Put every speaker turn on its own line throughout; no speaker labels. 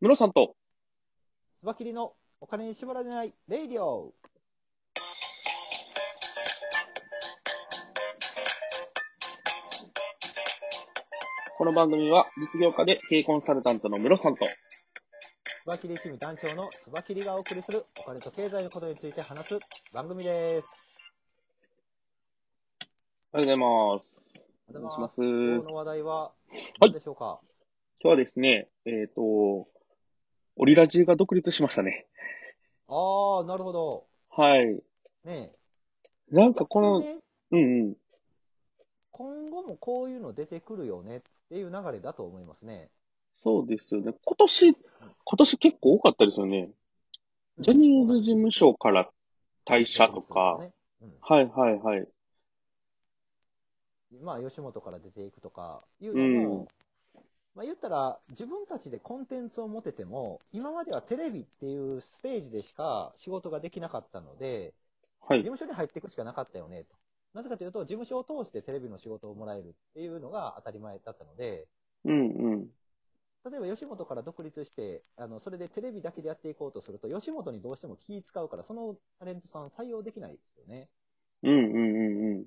ムロさんと、
スバキリのお金に縛られないレイディオ。
この番組は実業家で経営コンサルタントのムロさんと、
スバキリキム団長のスバキリがお送りするお金と経済のことについて話す番組です。
おはようございます。
お
お願いします。
今
今
日の話題は
はい
何でしょうか、
日はですね、えっ、と、オリラジが独立しましたね。
ああ、なるほど。
はい。
ねえ。
なんかこ
こ
の、
れね
うんうん。
今後もこういうの出てくるよねっていう流れだと思いますね。
そうですよね。今年、今年結構多かったですよね。ジャニーズ事務所から退社とか。
ねうん
はいはいはい。
まあ、吉本から出ていくとかいうのも、まあ、言ったら、自分たちでコンテンツを持てても、今まではテレビっていうステージでしか仕事ができなかったので、
は
事
い。
務所に入っていくしかなかったよねと。なぜかというと、事務所を通してテレビの仕事をもらえるっていうのが当たり前だったので、
うんうん。
例えば吉本から独立して、あのそれでテレビだけでやっていこうとすると、吉本にどうしても気使うから、そのタレントさん採用できないですよね。
うんうんうんうん。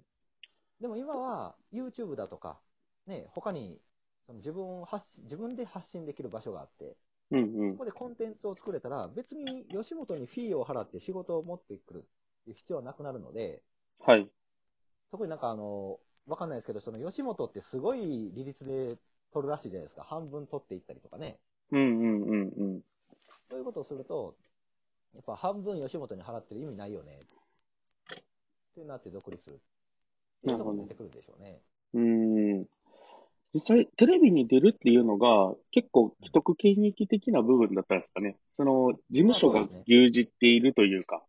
でも今は YouTube だとか、ね、他にその自分を発信自分で発信できる場所があって、
うんう
そ
ん。
こでコンテンツを作れたら、別に吉本にフィーを払って仕事を持ってくるっていう必要はなくなるので、
はい。
特になんかあの、わかんないですけど、その吉本ってすごい利率で取るらしいじゃないですか。半分取っていったりとかね。
うんうんうんうん。
そういうことをすると、やっぱ半分吉本に払ってる意味ないよね。ってなって独立する。っていうところも出てくるでしょうね。
うーん実際、テレビに出るっていうのが、結構既得権益的な部分だったんですかね。その、事務所
まあ
が
そうです
牛耳っているというか。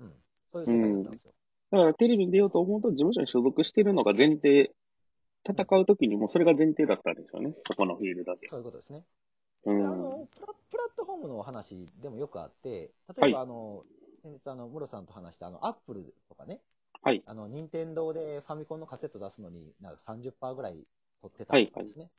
うん。そういう世界だったんですよ。
だから、テレビに出ようと思うと、事務所に所属しているのが前提、戦うときにもうそれが前提だったんでしょうね。そこのフィールドで。
そういうことですね。
う
であ
ん。
のプラプラットフォームのお話でもよくあって、
は
例
い
えば、あの先日あの、ムロさんと話したあのアップルとかね、
はい
あの任天堂でファミコンのカセット出すのになんか30%ぐらい取ってた
はい
とかですね。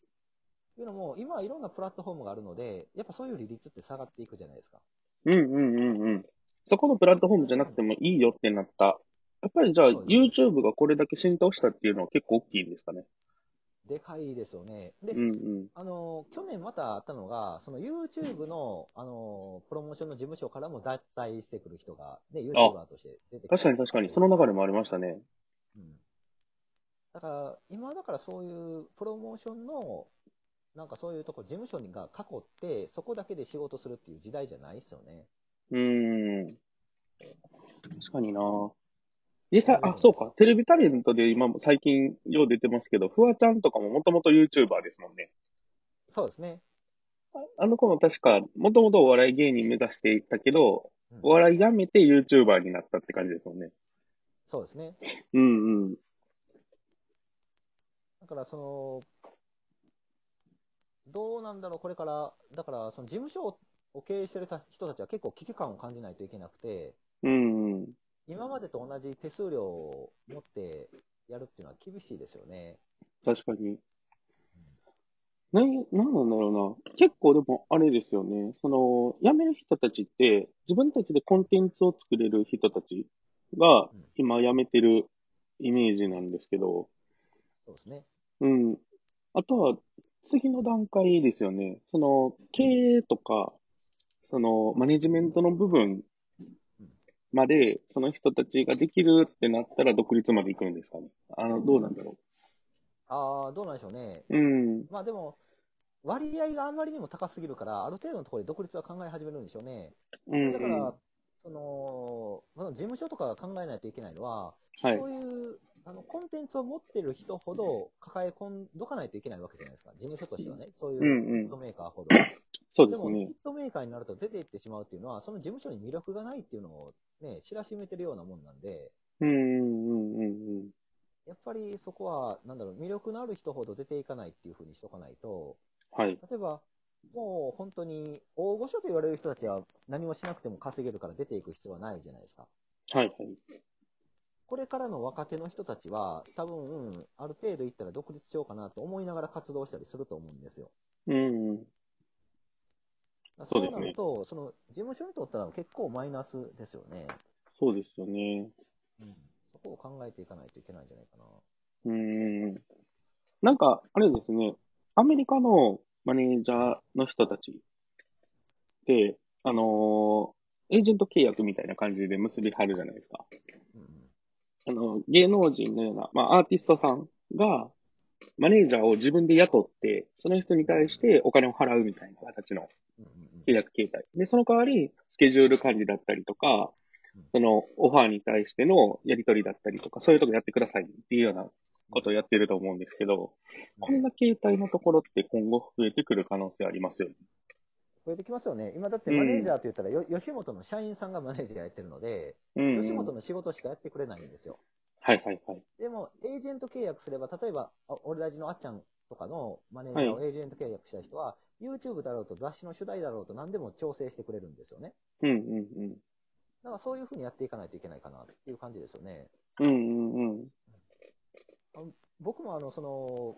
というのも、今はいろんなプラットフォームがあるので、やっぱそういう利率って下がっていくじゃないですか。
うんうんうんうん。そこのプラットフォームじゃなくてもいいよってなった。やっぱりじゃあ、
そうです
YouTube がこれだけ浸透したっていうのは結構大きいんですかね。
でかいですよね。で、
うんうん。
あの去年またあったのが、その YouTube のあのプロモーションの事務所からも脱退してくる人が、ね、YouTuber として出てきた
確かに確かに、その流れもありましたね。
うんだから、今だからそういうプロモーションの、なんかそういうとこ、事務所が囲って、そこだけで仕事するっていう時代じゃないですよね。
うーん。確かにな実際、
そうな
あ、
んです
そうか。テレビタレントで今も最近よう出てますけど、フワちゃんとかももともと YouTuber ですもんね。
そうですね。
あの子も確か、もともとお笑い芸人目指していたけど、
うん
お笑いやめて YouTuber になったって感じですもんね。
そうですね。
うんうん。
だから、その、どうなんだろう、これから、だから、その事務所を経営してるた人たちは結構危機感を感じないといけなくて、
うんうん。
今までと同じ手数料を持ってやるっていうのは厳しいですよね。
確かに。なん、なんなんだろうな。結構でもあれですよね。その、辞める人たちって、自分たちでコンテンツを作れる人たちが
うん、
今辞めてるイメージなんですけど、
そうですね。
うん。あとは、次の段階ですよね。その、経営とか、その、マネジメントの部分まで、その人たちができるってなったら、独立まで行くんですかね。あの、どうなんだろ
ああ、どうなんでしょうね。
う。うん。
まあでも、割合があまりにも高すぎるから、ある程度のところで独立は考え始めるんでしょうね。
うん、
だか
うん。
ら、その、まあ事務所とかが考えないといけないのは、
はい
そ。ういうあのコンテンツを持ってる人ほど抱え込んどかないといけないわけじゃないですか、事務所としてはね、そういううヒ
ん、う
ッ
ん。
トメーカーほど。
そうで
ですも、ヒ
ね
ッ。トメーカーになると出ていってしまうっていうのは、その事務所に魅力がないっていうのを、ね、知らしめてるようなもんなんで、
うんうんうんうん。
やっぱりそこは、なんだろう、魅力のある人ほど出ていかないっていうふうにしとかないと、
はい。
例えば、もう本当に大御所と言われる人たちは何もしなくても稼げるから出ていく必要はないじゃないですか。
はい、はい。
これからの若手の人たちは、多分、ある程度いったら独立しようかなと思いながら活動したりすると思うんですよ。
うんうん。そう
そう
ですね
なると、その事務所にとったら結構マイナスですよね。
そうですよね。
うん、そこを考えていかないといけないんじゃないかな。
うん。なんか、あれですね、アメリカのマネージャーの人たちって、あのーエージェント契約みたいな感じで結び張るじゃないですか。
うんうん
あの、芸能人のような、まあ、アーティストさんが、マネージャーを自分で雇って、その人に対してお金を払うみたいな形の
うんうんう
契
ん
約形態。で、その代わり、スケジュール管理だったりとか
うん、
そのオファーに対してのやり取りだったりとか、そういうとこやってくださいっていうようなことをやってると思うんですけど、こんな形態のところって今後増えてくる可能性ありますよね。
増えてきますよね。今だってマネージャーって言ったら、よ吉本の社員さんがマネージャーやってるので、
うん。
吉本の仕事しかやってくれないんですよ。
はいはいはい。
でも、エージェント契約すれば、例えば、あ俺たちのあっちゃんとかのマネージャーをエージェント契約した人は、YouTube だろうと雑誌の主題だろうと何でも調整してくれるんですよね。
うんうんうん。
だからそういうふうにやっていかないといけないかなっていう感じですよね。
うんうんうん。
僕もあの、その、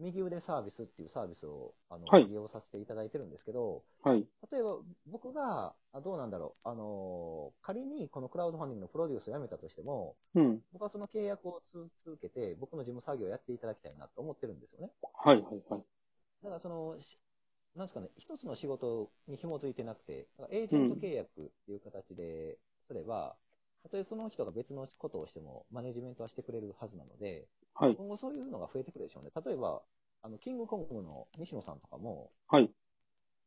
右腕サービスっていうサービスをあの、
はい
利用させていただいてるんですけど、
はい。
例えば僕が、あどうなんだろう、あの、仮にこのクラウドファンディングのプロデュースをやめたとしても、
うん。
僕はその契約をつ続けて、僕の事務作業をやっていただきたいなと思ってるんですよね。
はいはいはい。
だからその、しなんですかね、一つの仕事に紐づいてなくて、だからエージェント契約っていう形ですれば、たとえその人が別のことをしても、マネジメントはしてくれるはずなので、
はい。
今後そういうのが増えてくるでしょうね。例えば、あの、キングコングの西野さんとかも、
はい。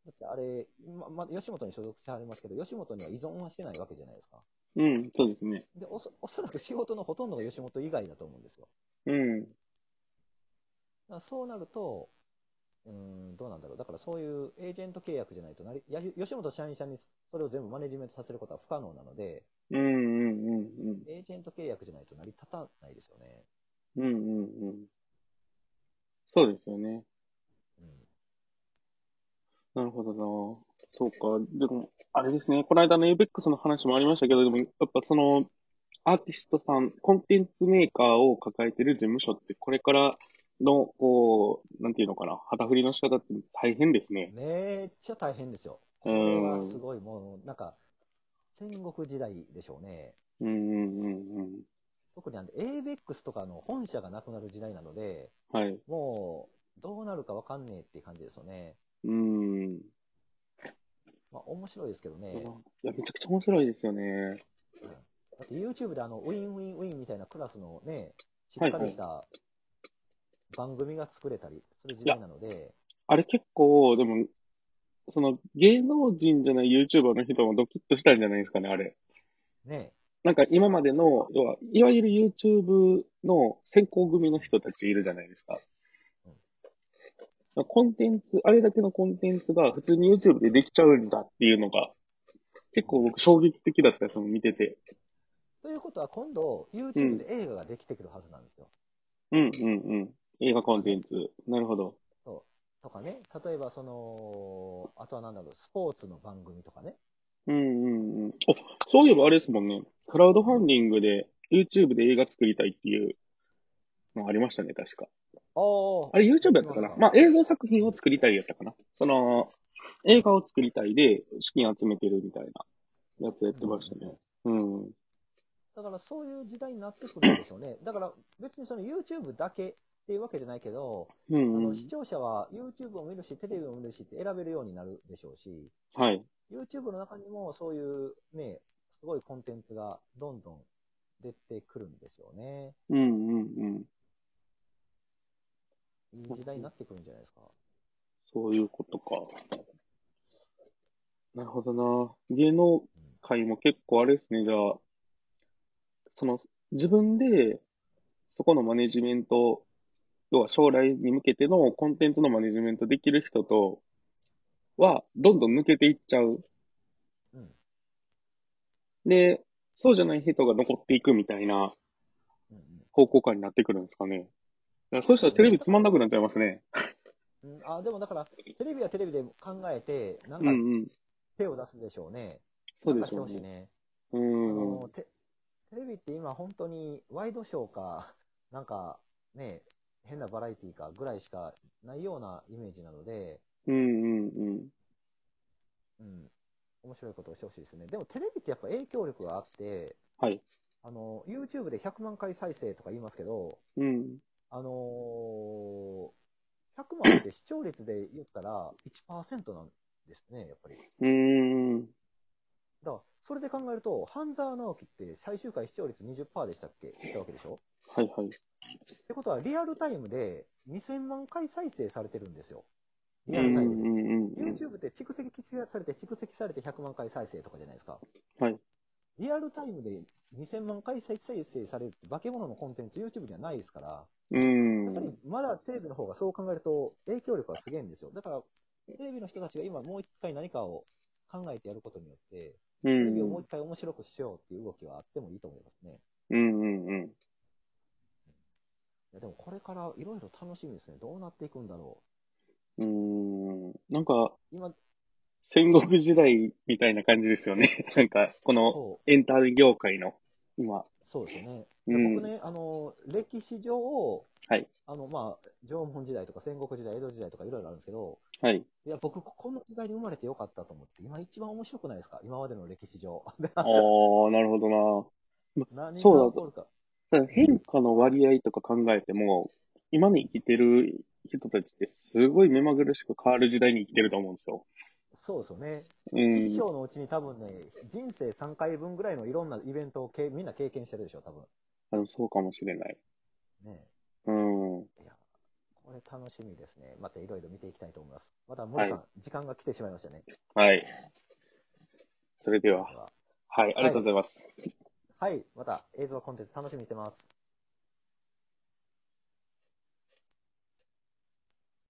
だってあれ、ま、ま、吉本に所属してはりますけど、吉本には依存はしてないわけじゃないですか。
うん。そうですね。
で、おそおそらく仕事のほとんどが吉本以外だと思うんですよ。
うん。
だからそうなると、うーん、どうなんだろう。だからそういうエージェント契約じゃないとなり、や吉本社員さんにそれを全部マネジメントさせることは不可能なので、
うんうんうんうん。
エージェント契約じゃないと成り立たないですよね。
うんうんうん。そうですよね。
うん。
なるほどな。そうか。でも、あれですね。この間の ABEX の話もありましたけど、でも、やっぱその、アーティストさん、コンテンツメーカーを抱えてる事務所って、これからの、こう、なんていうのかな、旗振りの仕方って大変ですね。
めっちゃ大変ですよ。
う
これは
ん。
すごい、もう、なんか、戦国時代でしょうね。
うんうんうんうん。
特にあの、ABEX とかの本社がなくなる時代なので、
はい。
もう、どうなるかわかんねえっていう感じですよね。
うん。
まあ、面白いですけどね。
いや、めちゃくちゃ面白いですよね。
だって YouTube であの、ウィンウィンウィンみたいなクラスのね、しっかりした番組が作れたりする時代なので、
あれ結構、でも、その、芸能人じゃない YouTuber の人もドキッとしたんじゃないですかね、あれ。
ね、
なんか今までの、要は、いわゆる YouTube の先行組の人たちいるじゃないですか。コンテンツ、あれだけのコンテンツが普通に YouTube でできちゃうんだっていうのが、結構僕衝撃的だったですもん、見てて。
ということは今度、
う
YouTube
ん
で映画ができてくるはずなんですよ。
うんうんうん。映画コンテンツ。なるほど。
そう。とかね、例えばその、あとはなんだろう、スポーツの番組とかね。
うんうんうん。お、そういえばあれですもんね。クラウドファンディングで YouTube で映画作りたいっていうのありましたね、確か。
ああ
あれ YouTube やったかなまあ映像作品を作りたいやったかなその、映画を作りたいで資金集めてるみたいなやつやってましたね。うん。
だからそういう時代になってくるんでしょうね。だから別にその YouTube だけっていうわけじゃないけど、
う
あ
ん、う
の
ん。
視聴者は YouTube を見るし、テレビを見るしって選べるようになるでしょうし、
はい。
YouTube の中にもそういうね、すごいコンテンツがどんどん出てくるんですよね。
うんうんうん。
いい時代になってくるんじゃないですか。
そういうことか。なるほどな。芸能界も結構あれですね。じゃあ、その、自分で、そこのマネジメント、要は将来に向けてのコンテンツのマネジメントできる人とは、どんどん抜けていっちゃう
うん。うん
で、そうじゃない人が残っていくみたいな
うん
方向感になってくるんですかね。だからそうしたらテレビつまんなくなっちゃいますね。
うん、あでもだから、テレビはテレビで考えて、な
うんん
か
うん。
手を出すでしょうね。
そう
な
で
んか
し
して
ょう
ほし
ね。
いね。
う
あ
ん。
のテテレビって今、本当にワイドショーか、なんかね、変なバラエティーかぐらいしかないようなイメージなので、
うんうんうん。
面白いことをしてほしいですね。でもテレビってやっぱ影響力があって、
はい。
あの、YouTube で100万回再生とか言いますけど、
うん。
あのー100万って視聴率で言ったら1%なんですね、やっぱり。
うーん。
だから、それで考えると、半沢直樹って最終回視聴率20%でしたっけ言ったわけでしょ
はいはい。
ってことは、リアルタイムで2000万回再生されてるんですよ。リ
う
ア
ん
ル
う
タイ
ん
ムで。
うんうん。
YouTube って蓄積されて、蓄積されて100万回再生とかじゃないですか。
はい。
リアルタイムで2000万回再生されるって化け物のコンテンツ YouTube にはないですから、
う
やっぱり
ん。
まだテレビの方がそう考えると影響力はすげえんですよ。だから、テレビの人たちが今もう一回何かを考えてやることによって、
う
テレビを
ん
もう一回面白くしようっていう動きはあってもいいと思いますね。
うんうんうん。
いやでもこれからいろいろ楽しみですね。どうなっていくんだろ
うーんなんか、
う。今、
戦国時代みたいな感じですよね。 なんか、この
そ
エンタメ業界の、今。
う、そうですよね。
うん。
僕ね、あの、歴史上、
はい
あの、まあ、縄文時代とか戦国時代、江戸時代とかいろいろあるんですけど、
はい。
いや、僕、この時代に生まれてよかったと思って、今一番面白くないですか今までの歴史上。
ああ、なるほど
何が起
そうだ
こるか。
な。変化の割合とか考えても、今に生きてる人たちってすごい目まぐるしく変わる時代に生きてると思うんですよ。
そうですよね。
う
一
ん。
生のうちに多分ね、人生3回分ぐらいのいろんなイベントをけみんな経験してるでしょ、多分。
あのそうかもしれない。
ね
うん。
いや、これ楽しみですね。またいろいろ見ていきたいと思います。また、森さん、
は
時間が来てしまいましたね。
はい。それでは
で、は
はい、ありがとうございます。
はい、また映像コンテンツ楽しみにしてます。